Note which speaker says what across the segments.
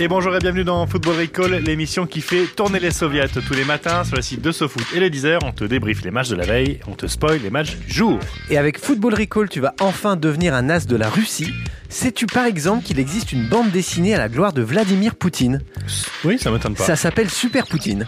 Speaker 1: Et bonjour et bienvenue dans Football Recall, l'émission qui fait tourner les soviets tous les matins sur le site de SoFoot et le Deezer. On te débriefe les matchs de la veille, on te spoil les matchs du jour.
Speaker 2: Et avec Football Recall, tu vas enfin devenir un as de la Russie. Sais-tu par exemple qu'il existe une bande dessinée à la gloire de Vladimir Poutine
Speaker 1: Oui, ça m'étonne pas.
Speaker 2: Ça s'appelle Super Poutine.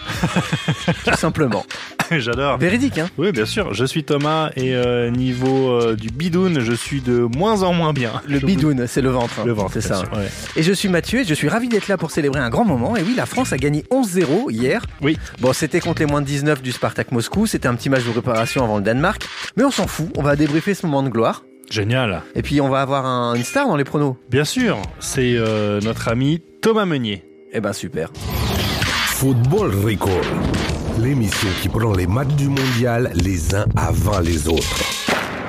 Speaker 2: Tout simplement.
Speaker 1: J'adore.
Speaker 2: Véridique, hein
Speaker 1: Oui, bien sûr. Je suis Thomas et euh, niveau euh, du bidoun, je suis de moins en moins bien.
Speaker 2: Le
Speaker 1: Je
Speaker 2: bidoun, c'est le ventre. hein.
Speaker 1: vous- Le ventre,
Speaker 2: c'est
Speaker 1: bien
Speaker 2: ça.
Speaker 1: sûr, ouais.
Speaker 2: Et je suis Mathieu et je suis ravi d'être là pour célébrer un grand moment. Et oui, la France a gagné 11-0 hier.
Speaker 1: Oui.
Speaker 2: Bon, c'était contre les moins de 19 du Spartak Moscou. C'était un petit match de réparation avant le Danemark. Mais on s'en fout. On va débriefer ce moment de gloire.
Speaker 1: Génial.
Speaker 2: Et puis, on va avoir un- une star dans les pronos.
Speaker 1: Bien sûr, c'est euh, notre ami Thomas Meunier.
Speaker 2: Eh ben, super.
Speaker 3: Football Recall. L'émission qui prend les matchs du mondial les uns avant les autres.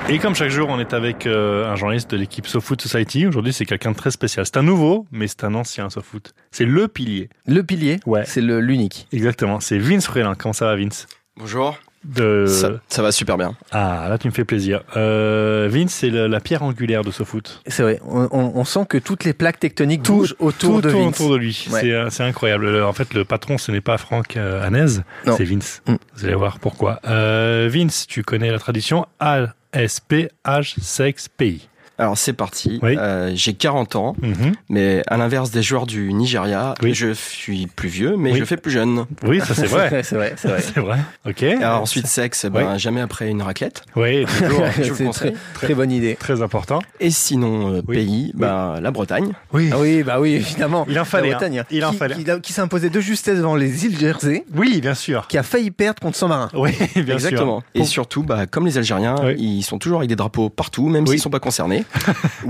Speaker 1: Et comme chaque jour, on est avec euh, un journaliste de l'équipe SoFoot Society. Aujourd'hui, c'est quelqu'un de très spécial. C'est un nouveau, mais c'est un ancien SoFoot. C'est le pilier.
Speaker 2: Le pilier,
Speaker 1: Ouais.
Speaker 2: c'est le- l'unique.
Speaker 1: Exactement, c'est Vince Frélin. Comment ça va, Vince
Speaker 4: Bonjour.
Speaker 1: de...
Speaker 4: Ça, ça va super bien.
Speaker 1: Ah, là, tu me fais plaisir. Euh, Vince, c'est le- la pierre angulaire de ce foot.
Speaker 2: C'est vrai, on, on- on sent que toutes les plaques tectoniques bougent
Speaker 1: Tout
Speaker 2: autour de
Speaker 1: tourne
Speaker 2: Vince.
Speaker 1: autour de lui.
Speaker 2: Ouais.
Speaker 1: C'est, euh, C'est incroyable. Le- En fait, le patron, ce n'est pas Franck euh, Hanez,
Speaker 2: Non.
Speaker 1: c'est Vince.
Speaker 2: Mm.
Speaker 1: Vous allez voir pourquoi. Euh, Vince, tu connais la tradition ASP, H, sexe, pays.
Speaker 4: Alors c'est parti.
Speaker 1: Oui.
Speaker 4: Euh, J'ai 40 ans,
Speaker 1: Mhm.
Speaker 4: mais à l'inverse des joueurs du Nigeria,
Speaker 1: Oui.
Speaker 4: je suis plus vieux, mais
Speaker 1: Oui.
Speaker 4: je fais plus jeune.
Speaker 1: Oui, ça c'est vrai.
Speaker 2: c'est vrai, c'est vrai.
Speaker 1: c'est vrai. Ok.
Speaker 4: Alors ensuite sexe, eh ben, jamais après une raclette.
Speaker 1: Oui, toujours.
Speaker 4: je vous
Speaker 2: C'est
Speaker 4: conseille.
Speaker 2: très- très bonne idée.
Speaker 1: Très important.
Speaker 4: Et sinon euh,
Speaker 1: Oui.
Speaker 4: pays, ben, la Bretagne.
Speaker 1: Oui.
Speaker 2: Ah oui, bah oui, évidemment.
Speaker 1: Il en fallait,
Speaker 2: La Bretagne,
Speaker 1: hein. Il en
Speaker 2: qui,
Speaker 1: fallait.
Speaker 2: Qui, qui s'imposait de justesse devant les îles Jersey,
Speaker 1: Oui, bien sûr.
Speaker 2: qui a failli perdre contre Saint-Marin.
Speaker 1: Oui, bien
Speaker 4: Exactement.
Speaker 1: sûr.
Speaker 4: Et surtout, bah, comme les Algériens,
Speaker 1: Oui.
Speaker 4: ils sont toujours avec des drapeaux partout, même
Speaker 1: Oui.
Speaker 4: s'ils sont pas concernés.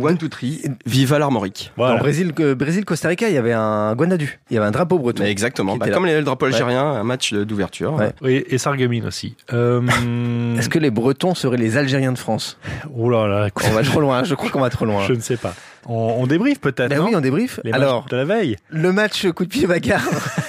Speaker 4: One, two, three, viva l'armorique.
Speaker 1: Voilà.
Speaker 2: Dans Brésil, que- Brésil-Costa Rica, il y avait un Guanadu, il y avait un drapeau breton.
Speaker 4: Mais exactement.
Speaker 2: Qui
Speaker 4: Bah,
Speaker 2: était là.
Speaker 4: comme les drapeaux algériens, un match de- d'ouverture.
Speaker 2: Ouais.
Speaker 1: Oui, et Sarguemine aussi. Euh...
Speaker 2: Est-ce que les Bretons seraient les Algériens de France
Speaker 1: Oh là là, écoute,
Speaker 2: On va trop loin, hein. je crois qu'on va trop loin.
Speaker 1: je ne sais pas. On, on débriefe peut-être.
Speaker 2: Bah
Speaker 1: non
Speaker 2: oui, on débrief.
Speaker 1: Les matchs
Speaker 2: Alors,
Speaker 1: de la veille.
Speaker 2: le match coup de pied bagarre,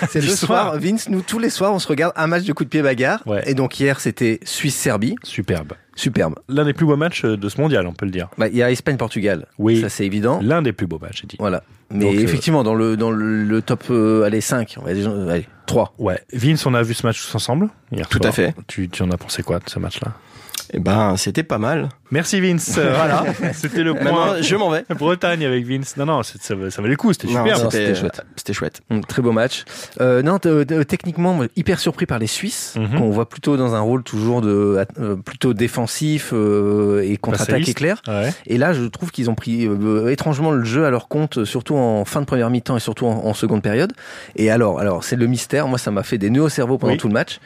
Speaker 2: c'est
Speaker 1: Du
Speaker 2: le soir.
Speaker 1: soir.
Speaker 2: Vince, nous, tous les soirs, on se regarde un match de coup de pied bagarre.
Speaker 1: Ouais.
Speaker 2: Et donc, hier, c'était Suisse-Serbie.
Speaker 1: Superbe.
Speaker 2: Superbe.
Speaker 1: L'un des plus beaux matchs euh, de ce mondial, on peut le dire.
Speaker 2: Bah, Il y a Espagne-Portugal.
Speaker 1: Oui.
Speaker 2: Ça, c'est évident.
Speaker 1: L'un des plus beaux matchs, j'ai dit.
Speaker 2: Voilà. Mais
Speaker 1: Donc, euh,
Speaker 2: effectivement, dans le, dans le, le top, euh, allez, 5, on va dire, euh, allez, 3.
Speaker 1: Ouais. Vince, on a vu ce match tous ensemble hier
Speaker 4: Tout
Speaker 1: soir.
Speaker 4: à fait.
Speaker 1: Tu, tu en as pensé quoi de ce match-là
Speaker 4: Et ben, c'était pas mal.
Speaker 1: Merci Vince. Euh, voilà. C'était le point.
Speaker 4: Maintenant, je m'en vais.
Speaker 1: Bretagne avec Vince. Non, non, c'est- ça, va- ça valait le coup. C'était
Speaker 4: Non,
Speaker 1: superbe.
Speaker 2: non,
Speaker 4: c'était
Speaker 2: c'était chouette.
Speaker 4: C'était chouette.
Speaker 2: très beau match. Euh, non, t- euh, techniquement, moi, hyper surpris par les Suisses,
Speaker 1: Mhm.
Speaker 2: qu'on voit plutôt dans un rôle toujours de, euh, plutôt défensif euh, et contre-attaque
Speaker 1: Passéiste.
Speaker 2: éclair.
Speaker 1: Ouais.
Speaker 2: Et là, je trouve qu'ils ont pris euh, étrangement le jeu à leur compte, euh, surtout en fin de première mi-temps et surtout en, en seconde période. Et alors, alors c'est le mystère. Moi, ça m'a fait des nœuds au cerveau pendant
Speaker 1: Oui.
Speaker 2: tout le match.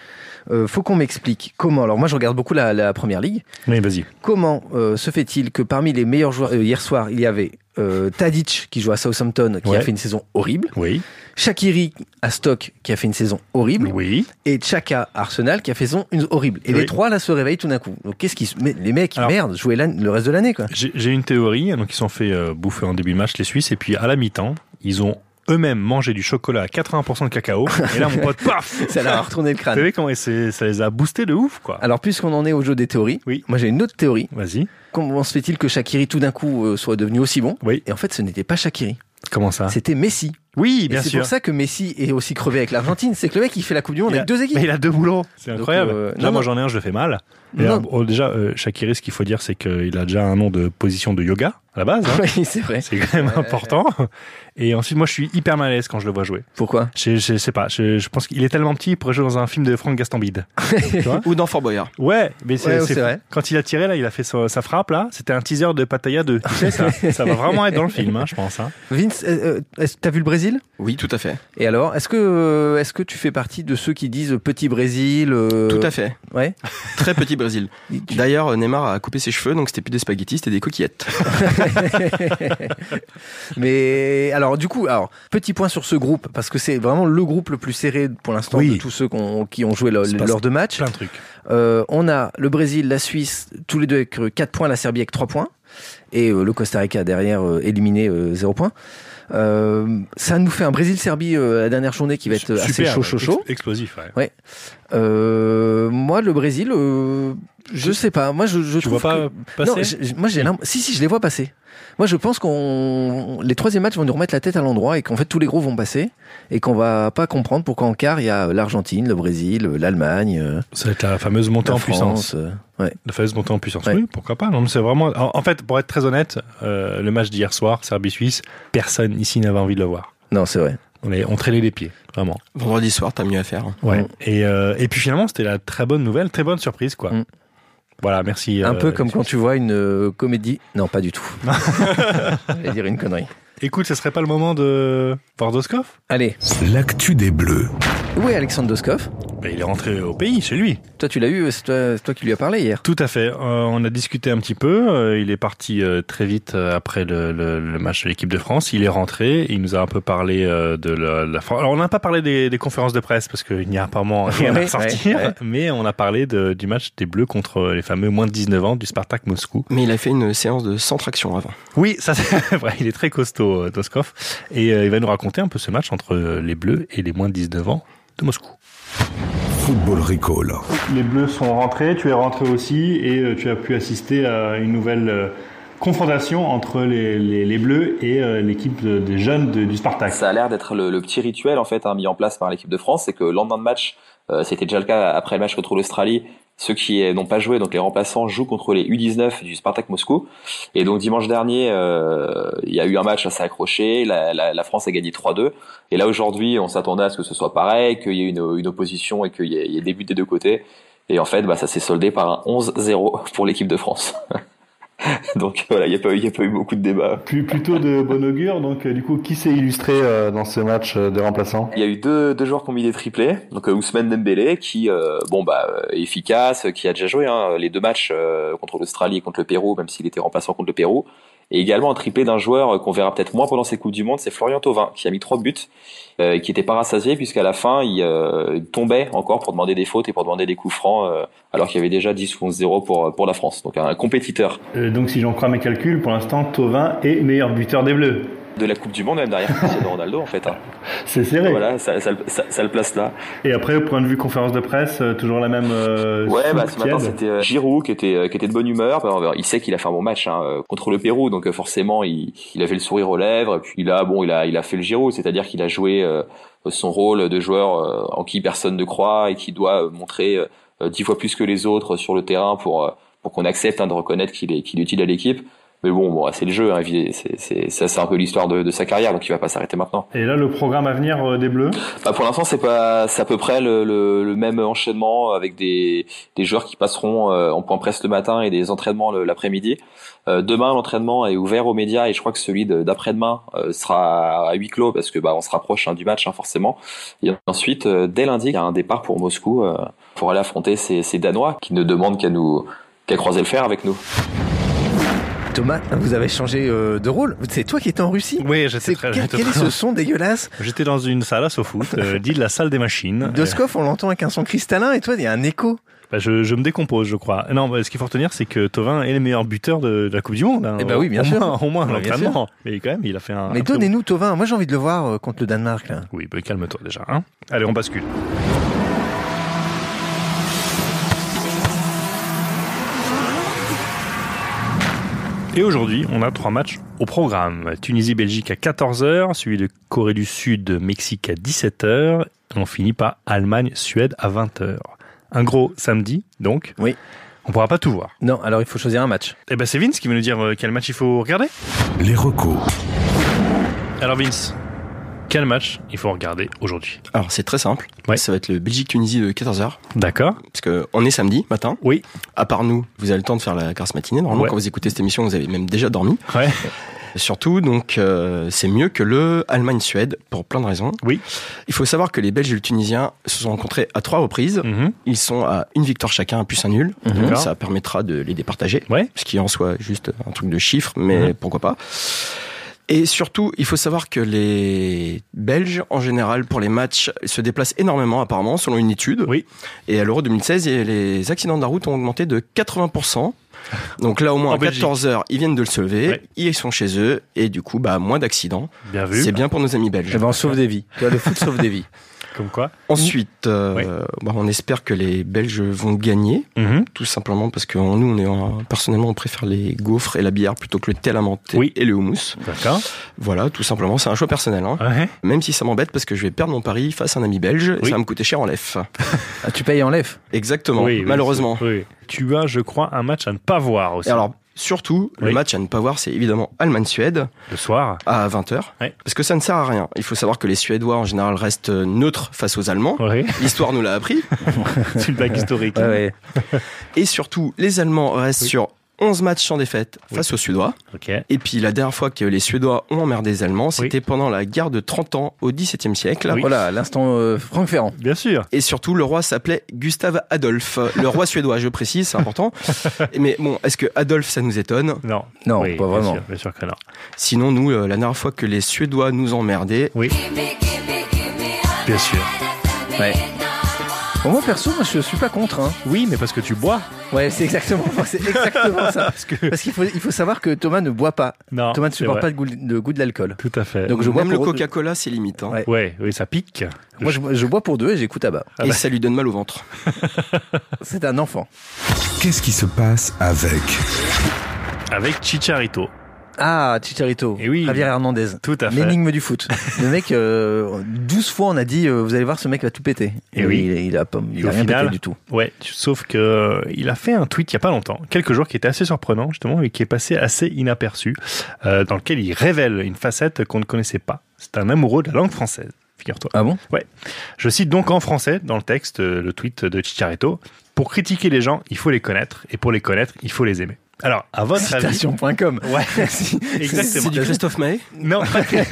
Speaker 2: Euh, faut qu'on m'explique comment. Alors, moi, je regarde beaucoup la, la première ligue.
Speaker 1: Mais vas-y.
Speaker 2: Comment euh, se fait-il que parmi les meilleurs joueurs euh, hier soir, il y avait euh, Tadic qui joue à Southampton, qui
Speaker 1: Ouais.
Speaker 2: a fait une saison horrible,
Speaker 1: Oui.
Speaker 2: Shakiri à Stock qui a fait une saison horrible,
Speaker 1: Oui.
Speaker 2: et Chaka à Arsenal qui a fait une saison une- horrible. Et
Speaker 1: Oui.
Speaker 2: les trois là se réveillent tout d'un coup. Donc qu'est-ce qui se... Mais les mecs,
Speaker 1: Alors-
Speaker 2: merde, jouez l'an- le reste de l'année quoi.
Speaker 1: J'ai j'ai une théorie, donc ils se sont fait euh, bouffer en début de match les Suisses, et puis à la mi-temps, ils ont eux-mêmes mangé du chocolat à 80% de cacao, et là mon pote, paf
Speaker 2: Ça leur a retourné le
Speaker 1: Vous
Speaker 2: crâne.
Speaker 1: savez comment c'est- ça les a boostés de ouf, quoi
Speaker 2: Alors puisqu'on en est au jeu des théories,
Speaker 1: Oui.
Speaker 2: moi j'ai une autre théorie.
Speaker 1: Vas-y.
Speaker 2: Comment se fait-il que Shakiri tout d'un coup euh, soit devenu aussi bon
Speaker 1: Oui.
Speaker 2: Et en fait, ce n'était pas Shakiri,
Speaker 1: Comment ça
Speaker 2: c'était Messi.
Speaker 1: Oui,
Speaker 2: Et
Speaker 1: Ah. bien
Speaker 2: c'est
Speaker 1: sûr.
Speaker 2: pour ça que Messi est aussi crevé avec l'Argentine. C'est que le mec, il fait la Coupe du Monde
Speaker 1: Il a-
Speaker 2: avec deux équipes.
Speaker 1: Mais il a deux boulons. C'est
Speaker 2: Donc,
Speaker 1: incroyable.
Speaker 2: euh,
Speaker 1: Déjà,
Speaker 2: non,
Speaker 1: moi
Speaker 2: non.
Speaker 1: j'en ai un, je le fais mal. Et
Speaker 2: Non.
Speaker 1: alors, bon, déjà, euh, Shakiri, ce qu'il faut dire, c'est qu'il a déjà un nom de position de yoga, à la base. hein.
Speaker 2: Oui, c'est vrai.
Speaker 1: C'est quand même important. Et ensuite, moi, je suis hyper mal à l'aise quand je le vois jouer.
Speaker 2: Pourquoi
Speaker 1: Je, je sais pas, je, je pense qu'il est tellement petit, il pourrait jouer dans un film de Franck Gastambide.
Speaker 4: Ou dans Fort Boyard.
Speaker 1: Ouais, mais c'est
Speaker 2: Ouais,
Speaker 1: c'est-
Speaker 2: c'est vrai.
Speaker 1: Quand il a tiré, là, il a fait sa, sa frappe, là. C'était un teaser de Pattaya 2. Tu sais, ça, ça va vraiment être dans le film, hein, je pense. hein.
Speaker 2: Vince, euh, euh, est-ce- t'as vu le Brésil Brésil
Speaker 4: Oui, tout à fait.
Speaker 2: Et alors, est-ce que, euh, est-ce que tu fais partie de ceux qui disent petit Brésil euh,
Speaker 4: Tout à fait.
Speaker 2: Ouais.
Speaker 4: Très petit Brésil.
Speaker 2: Tu-
Speaker 4: D'ailleurs, euh, Neymar a coupé ses cheveux, donc c'était plus des spaghettis, c'était des coquillettes.
Speaker 2: Mais alors, du coup, alors petit point sur ce groupe parce que c'est vraiment le groupe le plus serré pour l'instant
Speaker 3: Oui.
Speaker 2: de tous ceux qu'on- qui ont joué le-
Speaker 3: Il se passe
Speaker 2: lors de matchs.
Speaker 3: Plein de trucs.
Speaker 2: Euh, on a le Brésil, la Suisse, tous les deux avec 4 points, la Serbie avec 3 points, et euh, le Costa Rica derrière euh, éliminé 0 points. Euh, ça nous fait un Brésil-Serbie euh, la dernière journée qui va être euh, assez
Speaker 1: Super,
Speaker 2: chaud, chaud,
Speaker 1: ex-
Speaker 2: chaud.
Speaker 1: Explosif, ouais.
Speaker 2: Euh, moi, le Brésil, euh, je sais pas. Moi, je, je
Speaker 1: Tu
Speaker 2: trouve
Speaker 1: vois pas
Speaker 2: que-
Speaker 1: passer
Speaker 2: Non, j'ai- j'ai- moi, j'ai l'imp- si, si, je les vois passer. Moi, je pense qu'on les troisième matchs vont nous remettre la tête à l'endroit et qu'en fait tous les gros vont passer et qu'on va pas comprendre pourquoi en quart il y a l'Argentine, le Brésil, l'Allemagne, euh,
Speaker 1: Ça va être la fameuse montée
Speaker 2: la
Speaker 1: en
Speaker 2: France.
Speaker 1: puissance.
Speaker 2: euh,
Speaker 1: La fameuse montée en puissance.
Speaker 2: Ouais.
Speaker 1: Oui, pourquoi pas. Non, mais c'est vraiment. En, en fait, pour être très honnête, euh, le match d'hier soir, Serbie-Suisse, personne ici n'avait envie de le voir.
Speaker 2: Non, c'est vrai.
Speaker 1: On, est, on traînait les pieds, vraiment.
Speaker 4: Vendredi soir, t'as mieux à faire. hein.
Speaker 1: Ouais.
Speaker 2: Mm.
Speaker 1: Et, euh, et puis finalement, c'était la très bonne nouvelle, très bonne surprise, quoi.
Speaker 2: Mm.
Speaker 1: Voilà, merci.
Speaker 2: Un
Speaker 1: euh,
Speaker 2: peu comme
Speaker 1: Alexis.
Speaker 2: quand tu vois une euh, comédie. Non, pas du tout. Je vais dire une connerie.
Speaker 1: Écoute, ce serait pas le moment de voir Doskov
Speaker 2: Allez,
Speaker 3: L'actu des Bleus.
Speaker 2: où est Alexandre Doskov
Speaker 1: Ben, Il est rentré au pays, chez lui.
Speaker 2: Toi, tu l'as eu, euh, c'est toi, c'est toi qui lui as parlé hier.
Speaker 1: Tout à fait. Euh, on a discuté un petit peu. Euh, il est parti euh, très vite euh, après le, le- le match de l'équipe de France. Il est rentré. Il nous a un peu parlé euh, de la, la France. Alors, on n'a pas parlé des, des conférences de presse parce qu'il n'y a apparemment rien
Speaker 2: Ouais,
Speaker 1: à sortir.
Speaker 2: ouais, ouais.
Speaker 1: Mais on a parlé de- du match des Bleus contre les fameux moins de 19 ans du Spartak Moscou.
Speaker 4: Mais il a fait une séance de sans traction avant.
Speaker 1: Oui, ça c'est vrai. Il est très costaud, euh, Doskov. Et euh, il va nous raconter un peu ce match entre euh, les Bleus et les moins de 19 ans de Moscou.
Speaker 3: Football Recall.
Speaker 1: Les Bleus sont rentrés, tu es rentré aussi et euh, tu as pu assister à une nouvelle euh, confrontation entre les, les- les Bleus et euh, l'équipe de- des jeunes de- du Spartak.
Speaker 5: Ça a l'air d'être le, le petit rituel en fait hein, mis en place par l'équipe de France, c'est que le lendemain de match, euh, c'était déjà le cas après le match contre l'Australie, ceux qui euh, n'ont pas joué, donc les remplaçants jouent contre les U19 du Spartak Moscou. Et donc dimanche dernier, euh, il y a eu un match assez accroché, la, la- la France a gagné 3-2. Et là aujourd'hui, on s'attendait à ce que ce soit pareil, qu'il y ait une, une opposition et qu'il y, ait- il y ait des buts des deux côtés. Et en fait, bah, ça s'est soldé par un 11-0 pour l'équipe de France. donc voilà, il n'y a, pas eu- il y a pas eu beaucoup de débats.
Speaker 6: Plus- plutôt de bon augure. Donc, euh, du coup, qui s'est illustré euh, dans ce match euh, des remplaçants
Speaker 5: Il y a eu deux, deux joueurs qui ont mis des triplés. Donc euh, Ousmane Dembélé, qui euh, bon bah euh, est efficace, euh, qui a déjà joué hein, les deux matchs euh, contre l'Australie et contre le Pérou, même s'il était remplaçant contre le Pérou. Et également un triplé d'un joueur euh, qu'on verra peut-être moins pendant ces Coupes du Monde, c'est Florian Thauvin, qui a mis trois buts, euh, et qui était pas rassasié puisqu'à la fin il euh, tombait encore pour demander des fautes et pour demander des coups francs, euh, alors qu'il y avait déjà 10 ou 11-0 pour, euh, pour la France. Donc un compétiteur
Speaker 6: Euh, Donc, si j'en crois mes calculs, pour l'instant, Tovin est meilleur buteur des Bleus.
Speaker 5: de la Coupe du Monde, même derrière Cristiano Ronaldo en fait. hein.
Speaker 6: C'est serré.
Speaker 5: Voilà, ça- ça le- ça- ça le place là.
Speaker 6: Et après, au point de vue conférence de presse, euh, toujours la même. euh,
Speaker 5: Ouais,
Speaker 6: soupe
Speaker 5: bah ce matin
Speaker 6: tiède.
Speaker 5: c'était euh, Giroud qui était euh, qui était de bonne humeur. Bah, on- il sait qu'il a fait un bon match hein, euh, contre le Pérou, donc euh, forcément il, il avait le sourire aux lèvres. Et puis là, bon, il a il a fait le Giroud, c'est-à-dire qu'il a joué euh, son rôle de joueur euh, en qui personne ne croit et qui doit euh, montrer euh, euh, dix fois plus que les autres sur le terrain pour euh, pour qu'on accepte hein, de reconnaître qu'il est qu'il est utile à l'équipe. Mais bon, bon, c'est le jeu, hein, évidemment, c'est c'est ça c'est un peu l'histoire de, de sa carrière, donc il va pas s'arrêter maintenant.
Speaker 6: Et là, le programme à venir euh, des Bleus.
Speaker 5: Bah, pour l'instant, c'est pas, c'est à peu près le, le, le même enchaînement avec des, des joueurs qui passeront euh, en point presse le matin et des entraînements le- l'après-midi. Euh, demain, l'entraînement est ouvert aux médias et je crois que celui de- d'après-demain euh, sera à huis clos parce que bah on se rapproche hein, du match hein, forcément. Et ensuite, euh, dès lundi, il y a un départ pour Moscou euh, pour aller affronter ces, ces Danois qui ne demandent qu'à nous qu'à croiser le fer avec nous.
Speaker 2: Thomas, vous avez changé euh, de rôle. C'est toi qui étais en Russie.
Speaker 1: Oui, j'étais
Speaker 2: C'est
Speaker 1: très.
Speaker 2: quel, quel est ce son dégueulasse
Speaker 1: J'étais dans une salle à SoFoot, euh, dite la salle des machines.
Speaker 2: Doskov, on l'entend avec un son cristallin et toi, il y a un écho.
Speaker 1: Euh, bah, je, je me décompose, je crois. Non, bah, ce qu'il faut retenir, c'est que Tovin est le meilleur buteur de, de la Coupe du Monde. hein.
Speaker 2: Eh bah oui, bien
Speaker 1: au
Speaker 2: sûr.
Speaker 1: Moins, au moins, à
Speaker 2: Ouais, bien
Speaker 1: l'entraînement. Mais quand même, il a fait un.
Speaker 2: Mais
Speaker 1: un très
Speaker 2: donnez-nous Tovin. Moi, j'ai envie de le voir euh, contre le Danemark. Là.
Speaker 1: bon- Oui, bah, calme-toi déjà. hein. Allez, on bascule. Et aujourd'hui, on a trois matchs au programme. Tunisie-Belgique à 14h, suivi de Corée du Sud-Mexique à 17h. On finit par Allemagne-Suède à 20h. Un gros samedi, donc.
Speaker 2: Oui.
Speaker 1: On pourra pas tout voir.
Speaker 2: Non, alors il faut choisir un match.
Speaker 1: Eh ben c'est Vince qui va nous dire euh, quel match il faut regarder.
Speaker 3: Les recos.
Speaker 1: Alors Vince, quel match il faut regarder aujourd'hui
Speaker 4: Alors, c'est très simple.
Speaker 1: Ouais.
Speaker 4: Ça va être le Belgique-Tunisie de 14h,
Speaker 1: D'accord.
Speaker 4: parce que on est samedi matin.
Speaker 1: Oui.
Speaker 4: À part nous, vous avez le temps de faire la grasse matinée. Normalement,
Speaker 1: Ouais.
Speaker 4: quand vous écoutez cette émission, vous avez même déjà dormi.
Speaker 1: Ouais.
Speaker 4: Surtout, donc, euh, c'est mieux que le Allemagne-Suède pour plein de raisons.
Speaker 1: Oui.
Speaker 4: Il faut savoir que les Belges et les Tunisiens se sont rencontrés à trois reprises.
Speaker 1: Mhm.
Speaker 4: Ils sont à une victoire chacun, plus un nul.
Speaker 2: Mhm.
Speaker 4: Donc,
Speaker 1: D'accord.
Speaker 4: Ça permettra de les départager.
Speaker 1: Ouais.
Speaker 4: Ce qui est en soi juste un truc de chiffres, mais
Speaker 1: Mhm.
Speaker 4: pourquoi pas. Et surtout, il faut savoir que les Belges, en général, pour les matchs, se déplacent énormément, apparemment, selon une étude.
Speaker 1: Oui.
Speaker 4: Et à l'Euro 2016, et les accidents de la route ont augmenté de 80%. Donc là, au moins,
Speaker 1: En
Speaker 4: à
Speaker 1: Belgique.
Speaker 4: 14 heures, ils viennent de le se lever.
Speaker 1: Ouais.
Speaker 4: Ils sont chez eux. Et du coup, bah, moins d'accidents.
Speaker 1: Bien vu.
Speaker 4: C'est bien pour nos amis belges.
Speaker 2: Eh ben, on sauve des vies. Tu vois, le foot sauve des vies.
Speaker 1: Comme quoi.
Speaker 4: Ensuite, euh,
Speaker 1: Ouais.
Speaker 4: bah, on espère que les Belges vont gagner.
Speaker 1: Mhm.
Speaker 4: Tout simplement parce que nous, on est, en- personnellement, on préfère les gaufres et la bière plutôt que le thé à la menthe
Speaker 1: Oui.
Speaker 4: et le houmous.
Speaker 1: D'accord.
Speaker 4: Voilà, tout simplement, c'est un choix personnel. hein.
Speaker 1: Ouais.
Speaker 4: Même si ça m'embête parce que je vais perdre mon pari face à un ami belge et
Speaker 1: Oui.
Speaker 4: ça va me coûter cher en lef.
Speaker 2: Ah, tu payes en lève.
Speaker 4: Exactement,
Speaker 1: Oui, oui,
Speaker 4: malheureusement.
Speaker 1: c'est- oui. Tu as, je crois, un match à ne pas voir aussi.
Speaker 4: Et alors, surtout, le
Speaker 1: Oui.
Speaker 4: match à ne pas voir, c'est évidemment Allemagne-Suède
Speaker 1: le soir.
Speaker 4: à 20h.
Speaker 1: Ouais.
Speaker 4: Parce que ça ne sert à rien. Il faut savoir que les Suédois, en général, restent neutres face aux Allemands.
Speaker 1: Ouais.
Speaker 4: L'histoire nous l'a appris.
Speaker 1: C'est une blague historique.
Speaker 2: Ouais, ouais.
Speaker 4: Et surtout, les Allemands restent
Speaker 1: Oui.
Speaker 4: sur 11 matchs sans défaite face aux Suédois.
Speaker 1: Ok.
Speaker 4: Et puis, la dernière fois que les Suédois ont emmerdé les Allemands, c'était pendant la guerre de 30 ans au XVIIe siècle.
Speaker 1: Oui.
Speaker 2: Voilà, l'instant euh, Franck Ferrand.
Speaker 1: Bien sûr.
Speaker 4: Et surtout, le roi s'appelait Gustave Adolphe. Le roi suédois, je précise, c'est important. Mais bon, est-ce que Adolphe, ça nous étonne
Speaker 1: Non.
Speaker 2: Non,
Speaker 1: Oui,
Speaker 2: pas
Speaker 1: bien
Speaker 2: vraiment.
Speaker 1: sûr, bien sûr que non.
Speaker 4: Sinon, nous, euh, la dernière fois que les Suédois nous emmerdaient,
Speaker 1: Bien sûr.
Speaker 2: Bon, moi, perso, moi, je suis pas contre. Hein.
Speaker 1: Oui, mais parce que tu bois.
Speaker 2: Ouais, c'est exactement, c'est exactement ça.
Speaker 1: Parce que.
Speaker 2: Parce qu'il faut, il faut savoir que Thomas ne boit pas.
Speaker 1: Non.
Speaker 2: Thomas ne
Speaker 1: c'est
Speaker 2: supporte
Speaker 1: vrai.
Speaker 2: pas le goût, le goût de l'alcool.
Speaker 1: Tout à fait.
Speaker 2: Donc je bois
Speaker 4: même le
Speaker 2: pour
Speaker 4: Coca-Cola, c'est limite. hein.
Speaker 2: Ouais.
Speaker 1: Ouais, oui, ça pique.
Speaker 2: Moi, je, je bois pour deux et j'écoute à bas.
Speaker 4: Et ça lui donne mal au ventre.
Speaker 2: C'est un enfant.
Speaker 3: Qu'est-ce qui se passe avec
Speaker 1: Avec Chicharito.
Speaker 2: Ah, Chicharito.
Speaker 1: Eh oui.
Speaker 2: Javier Hernandez.
Speaker 1: Tout à fait.
Speaker 2: L'énigme du foot. Le mec, euh, 12 fois, on a dit, euh, vous allez voir, ce mec va tout péter.
Speaker 1: Eh oui.
Speaker 2: Il, il a, pas- il a
Speaker 1: au
Speaker 2: rien
Speaker 1: final-
Speaker 2: pété du tout.
Speaker 1: Ouais, sauf que euh, il a fait un tweet il y a pas longtemps, quelques jours, qui était assez surprenant justement et qui est passé assez inaperçu, euh, dans lequel il révèle une facette qu'on ne connaissait pas. C'est un amoureux de la langue française. Figure-toi.
Speaker 2: Ah bon
Speaker 1: Je cite donc en français dans le texte euh, le tweet de Chicharito pour critiquer les gens, il faut les connaître et pour les connaître, il faut les aimer. Alors, à votre avis,
Speaker 2: Citation.com.
Speaker 1: ouais,
Speaker 2: Merci.
Speaker 4: C'est
Speaker 1: exactement.
Speaker 4: du Christophe Maé
Speaker 1: Non,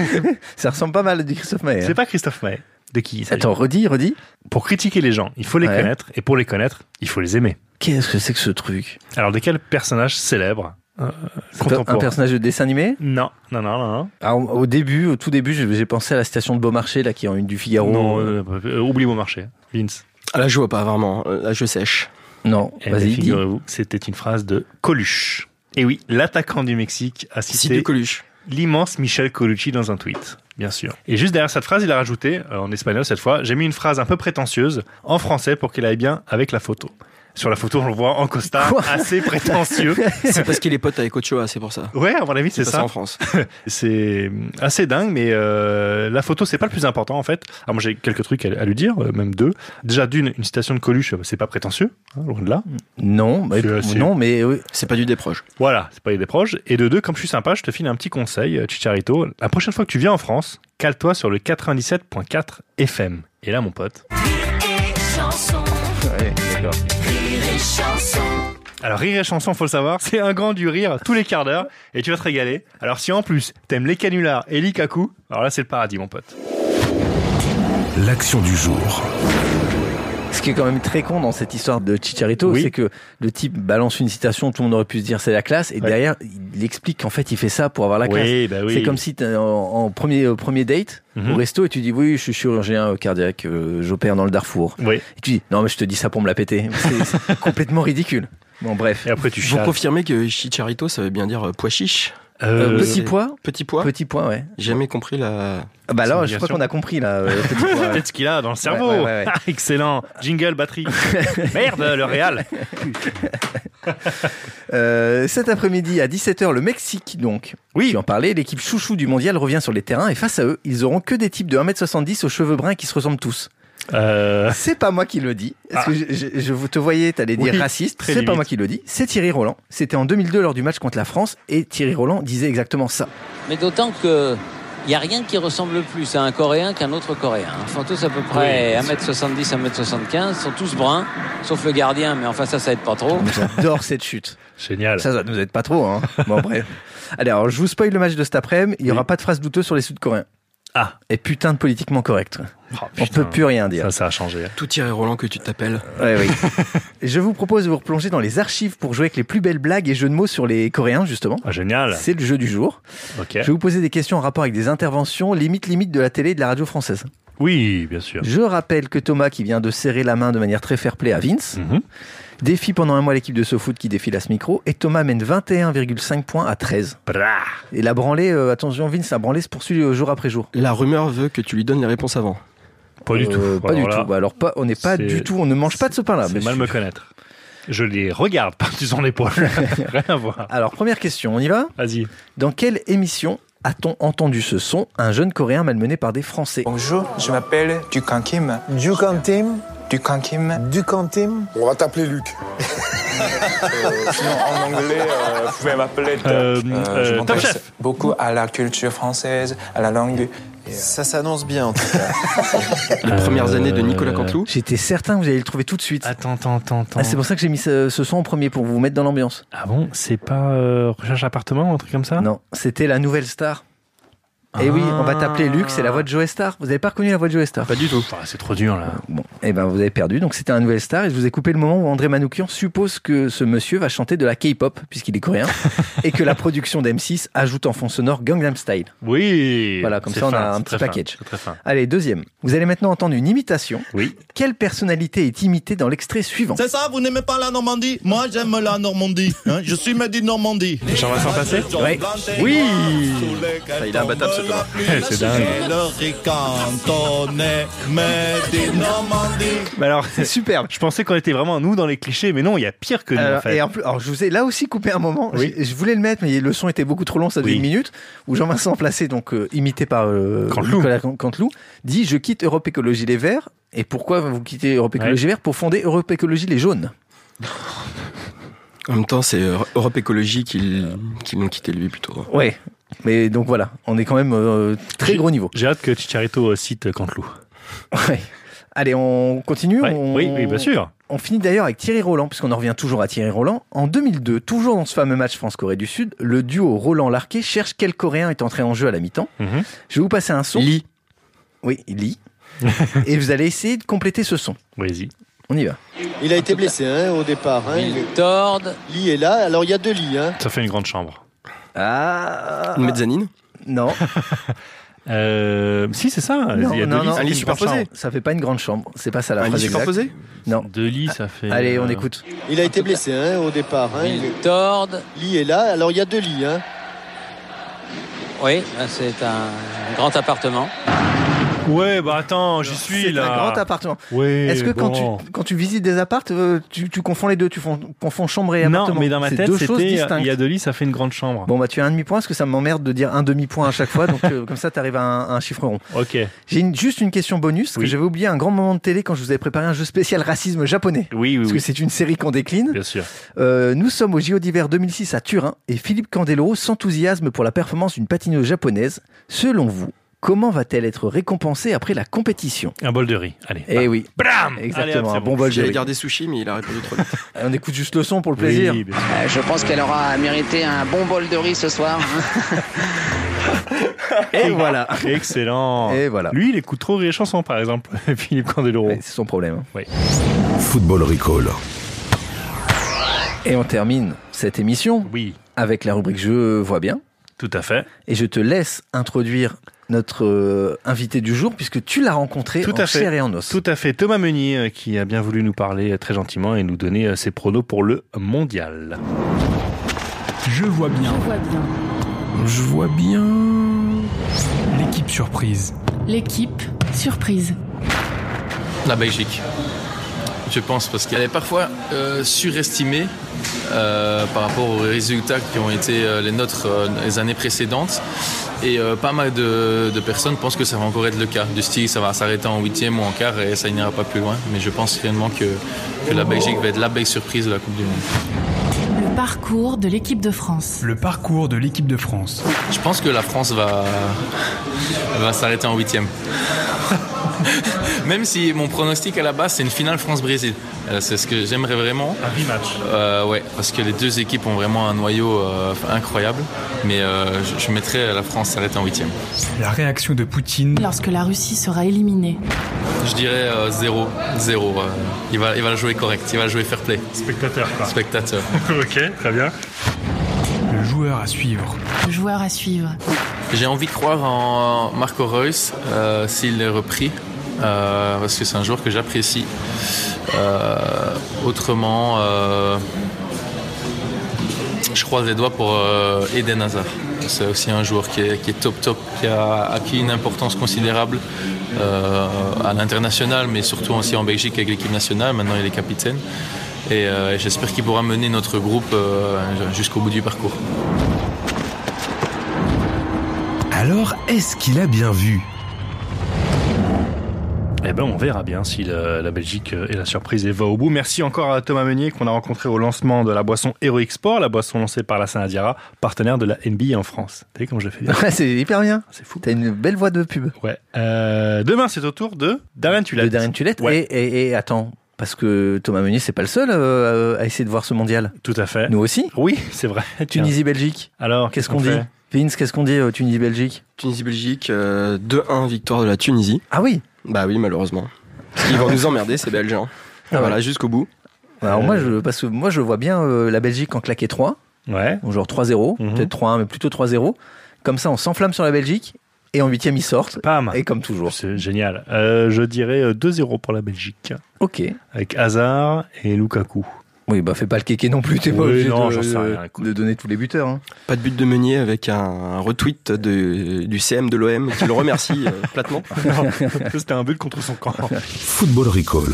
Speaker 2: Ça ressemble pas mal à du Christophe Maé. hein.
Speaker 1: c'est pas Christophe Maé. De qui il s'agit
Speaker 2: Attends, redis, redis.
Speaker 1: Pour critiquer les gens, il faut les
Speaker 2: Ouais.
Speaker 1: connaître et pour les connaître, il faut les aimer.
Speaker 2: Qu'est-ce que c'est que ce truc
Speaker 1: Alors, de quel personnage célèbre euh,
Speaker 2: Un
Speaker 1: contemporain
Speaker 2: personnage de dessin animé
Speaker 1: Non, non, non, non. non.
Speaker 2: Ah, au- Au début, au tout début, j'ai j'ai pensé à la station de Beaumarchais, là, qui est en une du Figaro.
Speaker 1: Non, euh, euh, oublie mon marché. Vince.
Speaker 4: Ah, Là, je vois pas vraiment. Euh, Là, je sèche.
Speaker 2: Non,
Speaker 1: Eh ben,
Speaker 2: vas-y, dis.
Speaker 1: figurez-vous, c'était une phrase de Coluche. Et oui, l'attaquant du Mexique a
Speaker 4: Si
Speaker 1: cité
Speaker 4: de Coluche.
Speaker 1: l'immense Michel Colucci dans un tweet, bien sûr. Et juste derrière cette phrase, il a rajouté, euh, en espagnol cette fois, j'ai mis une phrase un peu prétentieuse en français pour qu'elle aille bien avec la photo. Sur la photo, on le voit en costard,
Speaker 2: Quoi
Speaker 1: assez prétentieux.
Speaker 4: C'est parce qu'il est pote avec Ochoa, c'est pour ça.
Speaker 1: Ouais, à mon avis, c'est
Speaker 4: C'est ça
Speaker 1: ça.
Speaker 4: en France.
Speaker 1: C'est assez dingue, mais euh, la photo, c'est pas le plus important en fait. Alors, moi, j'ai quelques trucs à, à lui dire, euh, même deux. Déjà, d'une, une citation de Coluche, euh, c'est pas prétentieux, hein, loin de là.
Speaker 2: Non, mais,
Speaker 1: C'est assez-
Speaker 2: non, mais oui.
Speaker 4: C'est pas du déproche.
Speaker 1: Voilà, c'est pas des proches. Et de deux, comme je suis sympa, je te file un petit conseil, euh, Chicharito. La prochaine fois que tu viens en France, cale-toi sur le 97.4 FM. Et là, mon pote. Alors, rire et chanson, faut le savoir, c'est un grand du rire tous les quarts d'heure et tu vas te régaler. Alors, si en plus, t'aimes les canulars et l'ikaku, alors là, c'est le paradis, mon pote.
Speaker 3: l'action du jour
Speaker 2: ce qui est quand même très con dans cette histoire de Chicharito,
Speaker 1: Oui.
Speaker 2: c'est que le type balance une citation, tout le monde aurait pu se dire c'est la classe, et
Speaker 1: Ouais.
Speaker 2: derrière, il explique qu'en fait, il fait ça pour avoir la classe.
Speaker 1: oui, bah oui.
Speaker 2: C'est comme si t'es en, en premier, euh, premier date
Speaker 1: Mhm.
Speaker 2: au resto et tu dis oui, je suis chirurgien euh, cardiaque, euh, j'opère dans le Darfour.
Speaker 1: Oui.
Speaker 2: Et tu dis non, mais je te dis ça pour me la péter. C'est- C'est complètement ridicule. Bon, bref.
Speaker 1: Et après, tu
Speaker 4: Vous
Speaker 1: chiales.
Speaker 4: confirmez que Chicharito, ça veut bien dire euh, pois chiche
Speaker 2: Euh,
Speaker 1: Euh,
Speaker 2: petit pois
Speaker 4: Petit pois
Speaker 2: Petit pois, ouais.
Speaker 4: J'ai Jamais compris la...
Speaker 2: Ah, Bah là, je
Speaker 1: Simulation.
Speaker 2: crois qu'on a compris là. euh, petit pois.
Speaker 1: Peut-être ce qu'il a dans le cerveau.
Speaker 2: ouais, ouais, ouais.
Speaker 1: Ah, excellent. Jingle, batterie. Merde, le Real.
Speaker 2: Euh, cet après-midi à 17h, le Mexique donc.
Speaker 1: Oui.
Speaker 2: Tu en parlais, l'équipe chouchou du mondial revient sur les terrains et face à eux, ils auront que des types de 1m70 aux cheveux bruns qui se ressemblent tous.
Speaker 1: Euh,
Speaker 2: C'est pas moi qui le dis. Parce que je, je- je vous te voyais, t'allais dire
Speaker 1: Ah. Oui,
Speaker 2: raciste.
Speaker 1: très
Speaker 2: C'est pas
Speaker 1: limite.
Speaker 2: moi qui le dis. C'est Thierry Roland. C'était en 2002 lors du match contre la France et Thierry Roland disait exactement ça.
Speaker 7: Mais d'autant que Il n'y a rien qui ressemble plus à un Coréen qu'un autre Coréen. hein. Ils font tous à peu près 1m70, 1m75, ils sont tous bruns, sauf le gardien, mais enfin ça, ça aide pas trop.
Speaker 2: J'adore cette chute.
Speaker 1: Génial.
Speaker 2: Ça, ça nous aide pas trop. Hein. Bon, bref. Allez, alors je vous spoil le match de cet après-midi. Il y aura pas de phrase douteuse sur les Sud-Coréens.
Speaker 1: Ah.
Speaker 2: Et putain de politiquement correct.
Speaker 1: Oh,
Speaker 2: On
Speaker 1: putain.
Speaker 2: peut plus rien dire.
Speaker 1: Ça, ça a changé.
Speaker 4: Tout Thierry Roland que tu t'appelles.
Speaker 2: Ouais, oui. je vous propose de vous replonger dans les archives pour jouer avec les plus belles blagues et jeux de mots sur les Coréens, justement.
Speaker 1: Ah, génial.
Speaker 2: C'est le jeu du jour.
Speaker 1: Ok.
Speaker 2: Je vais vous poser des questions en rapport avec des interventions limite limite de la télé et de la radio française.
Speaker 1: Oui, bien sûr.
Speaker 2: Je rappelle que Thomas, qui vient de serrer la main de manière très fair-play à Vince,
Speaker 1: Mhm.
Speaker 2: défie pendant un mois l'équipe de SoFoot qui défile à ce micro et Thomas mène 21,5 points à 13.
Speaker 1: Bra.
Speaker 2: Et la branlée, euh, attention Vince, la branlée se poursuit euh, jour après jour.
Speaker 4: La rumeur veut que tu lui donnes les réponses avant.
Speaker 1: Pas du
Speaker 2: Euh,
Speaker 1: tout.
Speaker 2: Pas
Speaker 1: Alors
Speaker 2: du
Speaker 1: là,
Speaker 2: tout. Bah alors pas, on n'est pas
Speaker 1: c'est-
Speaker 2: du tout, on ne mange pas de ce pain-là.
Speaker 1: C'est
Speaker 2: monsieur.
Speaker 1: mal me connaître. Je les regarde par-dessus son épaule. Rien à voir.
Speaker 2: Alors première question, on y va
Speaker 1: Vas-y.
Speaker 2: Dans quelle émission a-t-on entendu ce son Un jeune Coréen malmené par des Français.
Speaker 8: Bonjour, je m'appelle Dukan Kim. Dukan Tim Dukan Kim Dukan Tim
Speaker 9: On va t'appeler Luc.
Speaker 8: Euh, En anglais, euh, vous pouvez m'appeler Doc.
Speaker 1: Euh,
Speaker 8: Euh, je
Speaker 1: euh, Top
Speaker 8: m'intéresse
Speaker 1: Chef.
Speaker 8: beaucoup à la culture française, à la langue. Ça s'annonce bien en tout cas.
Speaker 4: Les
Speaker 2: Euh,
Speaker 4: premières années de Nicolas Canteloup.
Speaker 2: J'étais certain que vous allez le trouver tout de suite.
Speaker 1: Attends, attends, attends, attends.
Speaker 2: Ah, c'est pour ça que j'ai mis ce, ce son en premier pour vous mettre dans l'ambiance.
Speaker 1: Ah bon C'est pas euh, recherche appartement, un truc comme ça
Speaker 2: Non, c'était la nouvelle star. Et oui, on va t'appeler Luc, c'est la voix de Joe Star. Vous n'avez pas reconnu la voix de Joe Star
Speaker 1: Ah. Pas du tout. Ah, c'est trop dur là.
Speaker 2: Bon, eh ben vous avez perdu. Donc c'était un nouvelle star et je vous ai coupé le moment où André Manoukian suppose que ce monsieur va chanter de la K-pop puisqu'il est coréen et que la production d'M6 ajoute en fond sonore Gangnam Style.
Speaker 1: Oui.
Speaker 2: Voilà, comme
Speaker 1: C'est
Speaker 2: ça, on a
Speaker 1: fin,
Speaker 2: un
Speaker 1: c'est
Speaker 2: petit
Speaker 1: très fin,
Speaker 2: package.
Speaker 1: c'est très fin.
Speaker 2: Allez, deuxième. Vous allez maintenant entendre une imitation.
Speaker 1: Oui.
Speaker 2: Quelle personnalité est imitée dans l'extrait suivant
Speaker 9: C'est ça, vous n'aimez pas la Normandie Moi, j'aime la Normandie. hein. Je suis Mehdi de Normandie.
Speaker 1: J'en vais s'en passer
Speaker 2: Ouais.
Speaker 1: Oui.
Speaker 9: Il est imbattable ce Thomas.
Speaker 1: C'est dingue.
Speaker 9: Le ricantonais, Mehdi de Normandie.
Speaker 1: Mais alors,
Speaker 2: C'est superbe.
Speaker 1: je pensais qu'on était vraiment nous dans les clichés, mais non, il y a pire que nous
Speaker 2: Alors,
Speaker 1: en fait.
Speaker 2: Euh, et en plus, alors je vous ai là aussi coupé un moment.
Speaker 1: Oui.
Speaker 2: Je, je voulais le mettre, mais le son était beaucoup trop long, ça faisait
Speaker 1: Oui.
Speaker 2: une minute. Où Jean-Vincent Placé, donc euh, imité par euh,
Speaker 1: Canteloup.
Speaker 2: Nicolas Can- Canteloup, dit Je quitte Europe Écologie Les Verts. Et pourquoi vous quittez Europe Écologie Les Verts Pour fonder Europe Écologie Les Jaunes.
Speaker 4: En même temps, c'est euh, Europe Écologie qui, l- qui l'ont quitté lui plutôt.
Speaker 2: Ouais. Mais donc voilà, on est quand même euh, très
Speaker 1: J'ai-
Speaker 2: gros niveau.
Speaker 1: J'ai hâte que Chicharito euh, cite Cantelou.
Speaker 2: Ouais. Allez, on continue.
Speaker 1: Ouais,
Speaker 2: on-
Speaker 1: Oui, oui, bien sûr.
Speaker 2: On finit d'ailleurs avec Thierry Roland, puisqu'on en revient toujours à Thierry Roland. En 2002, toujours dans ce fameux match France-Corée du Sud, le duo Roland-Larquet cherche quel Coréen est entré en jeu à la mi-temps.
Speaker 1: Mhm.
Speaker 2: Je vais vous passer un son.
Speaker 4: Lee.
Speaker 2: Oui, il lit. Et vous allez essayer de compléter ce son.
Speaker 1: Vas-y.
Speaker 2: On y va.
Speaker 9: Il a été blessé hein, au départ. Hein.
Speaker 7: Ils tordent.
Speaker 9: Lee est là, alors il y a deux lits. Hein.
Speaker 1: Ça fait une grande chambre.
Speaker 2: Ah
Speaker 4: Une mezzanine.
Speaker 2: Non,
Speaker 1: Euh, si, c'est ça.
Speaker 2: non,
Speaker 1: il y a
Speaker 2: non,
Speaker 1: deux lits,
Speaker 2: non.
Speaker 4: un lit superposé.
Speaker 1: chambre.
Speaker 2: Ça fait pas une grande chambre. C'est pas ça la
Speaker 4: Un lit
Speaker 2: phrase exacte.
Speaker 4: superposé.
Speaker 2: Non.
Speaker 1: Deux lits, ça fait.
Speaker 2: Allez, on
Speaker 1: euh,
Speaker 2: écoute.
Speaker 9: Il a été blessé hein, au départ. Hein.
Speaker 7: Ils tordent.
Speaker 9: Lee est là, alors il y a deux lits. Hein.
Speaker 7: Oui, là, c'est un grand appartement.
Speaker 1: Ouais, bah attends, j'y suis
Speaker 2: C'est
Speaker 1: là.
Speaker 2: un grand appartement.
Speaker 1: Ouais,
Speaker 2: Est-ce que
Speaker 1: bon.
Speaker 2: quand, tu, quand tu visites des appartes, euh, tu, tu confonds les deux Tu fonds- confonds chambre et appartement
Speaker 1: Non, mais dans ma
Speaker 2: C'est
Speaker 1: tête,
Speaker 2: deux choses
Speaker 1: c'était euh,
Speaker 2: distinctes.
Speaker 1: il y a deux lits, ça fait une grande chambre.
Speaker 2: Bon, bah tu as un demi-point parce que ça m'emmerde de dire un demi-point à chaque fois. donc euh, comme ça, t'arrives à un, un chiffre rond.
Speaker 1: Ok.
Speaker 2: J'ai une- juste une question bonus
Speaker 1: Oui.
Speaker 2: que j'avais oublié à un grand moment de télé quand je vous avais préparé un jeu spécial racisme japonais.
Speaker 1: Oui, oui,
Speaker 2: Parce que
Speaker 1: oui.
Speaker 2: c'est une série qu'on décline.
Speaker 1: Bien sûr.
Speaker 2: Euh, nous sommes au JO d'hiver 2006 à Turin et Philippe Candeloro s'enthousiasme pour la performance d'une patineuse japonaise. Selon vous, comment va-t-elle être récompensée après la compétition
Speaker 1: Un bol de riz. Allez.
Speaker 2: Eh oui,
Speaker 1: Bram Allez, hop,
Speaker 2: exactement,
Speaker 1: c'est
Speaker 2: un bon bol de
Speaker 4: J'avais
Speaker 2: riz.
Speaker 4: gardé sushi, mais il a répondu trop vite.
Speaker 2: On écoute juste le son pour le plaisir.
Speaker 1: Oui, bien sûr.
Speaker 10: Je pense qu'elle aura mérité un bon bol de riz ce soir.
Speaker 2: Et voilà.
Speaker 1: Excellent.
Speaker 2: Et voilà.
Speaker 1: Lui, il écoute trop les chansons, par exemple, Philippe Candeloro.
Speaker 2: Ouais, C'est son problème.
Speaker 3: Football Recall.
Speaker 2: Et on termine cette émission
Speaker 1: Oui,
Speaker 2: avec la rubrique Je vois bien.
Speaker 1: tout à fait.
Speaker 2: Et je te laisse introduire notre euh, invité du jour puisque tu l'as rencontré
Speaker 1: Tout
Speaker 2: en
Speaker 1: à fait.
Speaker 2: chair et en os.
Speaker 1: Tout à fait. Thomas Meunier euh, qui a bien voulu nous parler euh, très gentiment et nous donner euh, ses pronos pour le mondial.
Speaker 8: Je vois bien.
Speaker 4: Je vois bien.
Speaker 8: L'équipe surprise.
Speaker 10: L'équipe, surprise.
Speaker 9: La Belgique. Je pense parce qu'elle est parfois euh, surestimée euh, par rapport aux résultats qui ont été euh, les nôtres euh, les années précédentes. Et euh, pas mal de, de personnes pensent que ça va encore être le cas. Du style, ça va s'arrêter en huitième ou en quart et ça n'ira pas plus loin. Mais je pense réellement que, que la Belgique va être la belle surprise de la Coupe du Monde.
Speaker 10: Le
Speaker 11: Le parcours de l'équipe de France.
Speaker 12: Le parcours de l'équipe de France.
Speaker 5: Je pense que la France va, va s'arrêter en huitième. Même si mon pronostic à la base, c'est une finale France-Brésil. Euh, C'est ce que j'aimerais vraiment. Un
Speaker 1: rematch.
Speaker 5: ouais, parce que les deux équipes ont vraiment un noyau euh, incroyable. Mais euh, je, je mettrais la France s'arrêter en huitième.
Speaker 12: La réaction de Poutine.
Speaker 11: Lorsque la Russie sera éliminée.
Speaker 5: Je dirais 0 zéro, zéro. euh, il, va, il va le jouer correct, il va le jouer fair play.
Speaker 1: Spectateur, quoi.
Speaker 5: Spectateur.
Speaker 1: ok, très bien.
Speaker 12: Le joueur à suivre.
Speaker 11: Le joueur à suivre.
Speaker 5: J'ai envie de croire en Marco Reus euh, s'il est repris, euh, parce que c'est un joueur que j'apprécie. Euh, autrement, euh, je croise les doigts pour euh, Eden Hazard. C'est aussi un joueur qui est, qui est top top, qui a acquis une importance considérable euh, à l'international, mais surtout aussi en Belgique avec l'équipe nationale. Maintenant, il est capitaine. Et euh, j'espère qu'il pourra mener notre groupe euh, jusqu'au bout du parcours.
Speaker 3: Alors, est-ce qu'il a bien vu
Speaker 1: Eh ben, on verra bien si la, la Belgique euh, et la surprise et va au bout. Merci encore à Thomas Meunier qu'on a rencontré au lancement de la boisson Heroic Sport, la boisson lancée par la Sanadiara, partenaire de la NBA en France. T'as vu comment je fais bien
Speaker 2: Ouais, c'est hyper bien.
Speaker 1: C'est fou.
Speaker 2: T'as une belle voix de pub.
Speaker 1: Ouais. Euh, demain, c'est au tour de Darren Tulette.
Speaker 2: De Darren Tulette.
Speaker 1: Ouais.
Speaker 2: Et, et- et attends, parce que Thomas Meunier, c'est pas le seul euh, à essayer de voir ce mondial.
Speaker 1: Tout à fait.
Speaker 2: Nous aussi.
Speaker 1: Oui, c'est vrai.
Speaker 2: Tunisie-Belgique.
Speaker 1: Alors,
Speaker 2: Qu'est-ce qu'on dit Vince, qu'est-ce qu'on dit euh, Tunisie-Belgique
Speaker 4: Tunisie-Belgique, euh, 2-1 victoire de la Tunisie.
Speaker 2: Ah oui
Speaker 4: Bah oui, malheureusement. Ils vont nous emmerder, ces Belges. hein.
Speaker 2: Ah ouais.
Speaker 4: voilà, jusqu'au bout.
Speaker 2: Alors moi,
Speaker 1: Euh.
Speaker 2: je, parce que moi, je vois bien euh, la Belgique en claquer 3,
Speaker 1: Ouais.
Speaker 2: donc genre 3-0,
Speaker 1: Mhm.
Speaker 2: peut-être 3-1, mais plutôt 3-0. Comme ça, on s'enflamme sur la Belgique, et en huitième, ils sortent.
Speaker 1: Pam.
Speaker 2: Et comme toujours.
Speaker 1: C'est génial. Euh, je dirais euh, 2-0 pour la Belgique.
Speaker 2: Ok.
Speaker 1: Avec Hazard et Lukaku.
Speaker 2: Oui, bah fais pas le kéké non plus, t'es pas
Speaker 1: Oui,
Speaker 2: obligé
Speaker 1: non,
Speaker 2: de,
Speaker 1: j'en sais rien,
Speaker 2: de donner tous les buteurs. hein.
Speaker 4: Pas de but de Meunier avec un retweet de- du CM de l'OM qui le remercie euh, platement.
Speaker 1: Non, C'était un but contre son camp.
Speaker 3: Football Recall.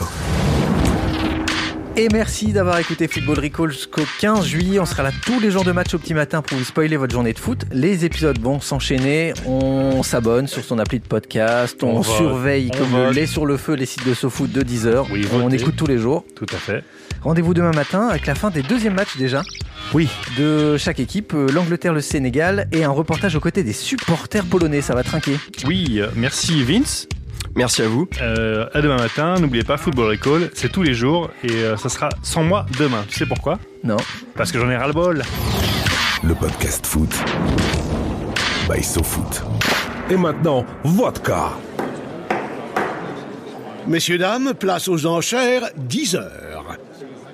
Speaker 2: Et merci d'avoir écouté Football Recall jusqu'au 15 juillet. On sera là tous les jours de match au petit matin pour vous spoiler votre journée de foot. Les épisodes vont s'enchaîner. On s'abonne sur son appli de podcast. On,
Speaker 1: On vote.
Speaker 2: surveille
Speaker 1: On
Speaker 2: comme le
Speaker 1: vote.
Speaker 2: lait sur le feu les sites de SoFoot de 10h.
Speaker 1: Oui,
Speaker 2: on
Speaker 1: votez.
Speaker 2: écoute tous les jours.
Speaker 1: Tout à fait.
Speaker 2: Rendez-vous demain matin avec la fin des deuxièmes matchs déjà
Speaker 1: Oui.
Speaker 2: de chaque équipe, euh, l'Angleterre, le Sénégal et un reportage aux côtés des supporters polonais. Ça va trinquer.
Speaker 1: Oui, euh, merci Vince.
Speaker 4: Merci à vous.
Speaker 1: Euh, à demain matin. N'oubliez pas, Football Recall, c'est tous les jours et euh, ça sera sans moi demain. Tu sais pourquoi
Speaker 2: Non.
Speaker 1: Parce que j'en ai ras-le-bol.
Speaker 3: Le podcast foot. By SoFoot. Et maintenant, vodka.
Speaker 13: Messieurs, dames, place aux enchères, 10 heures.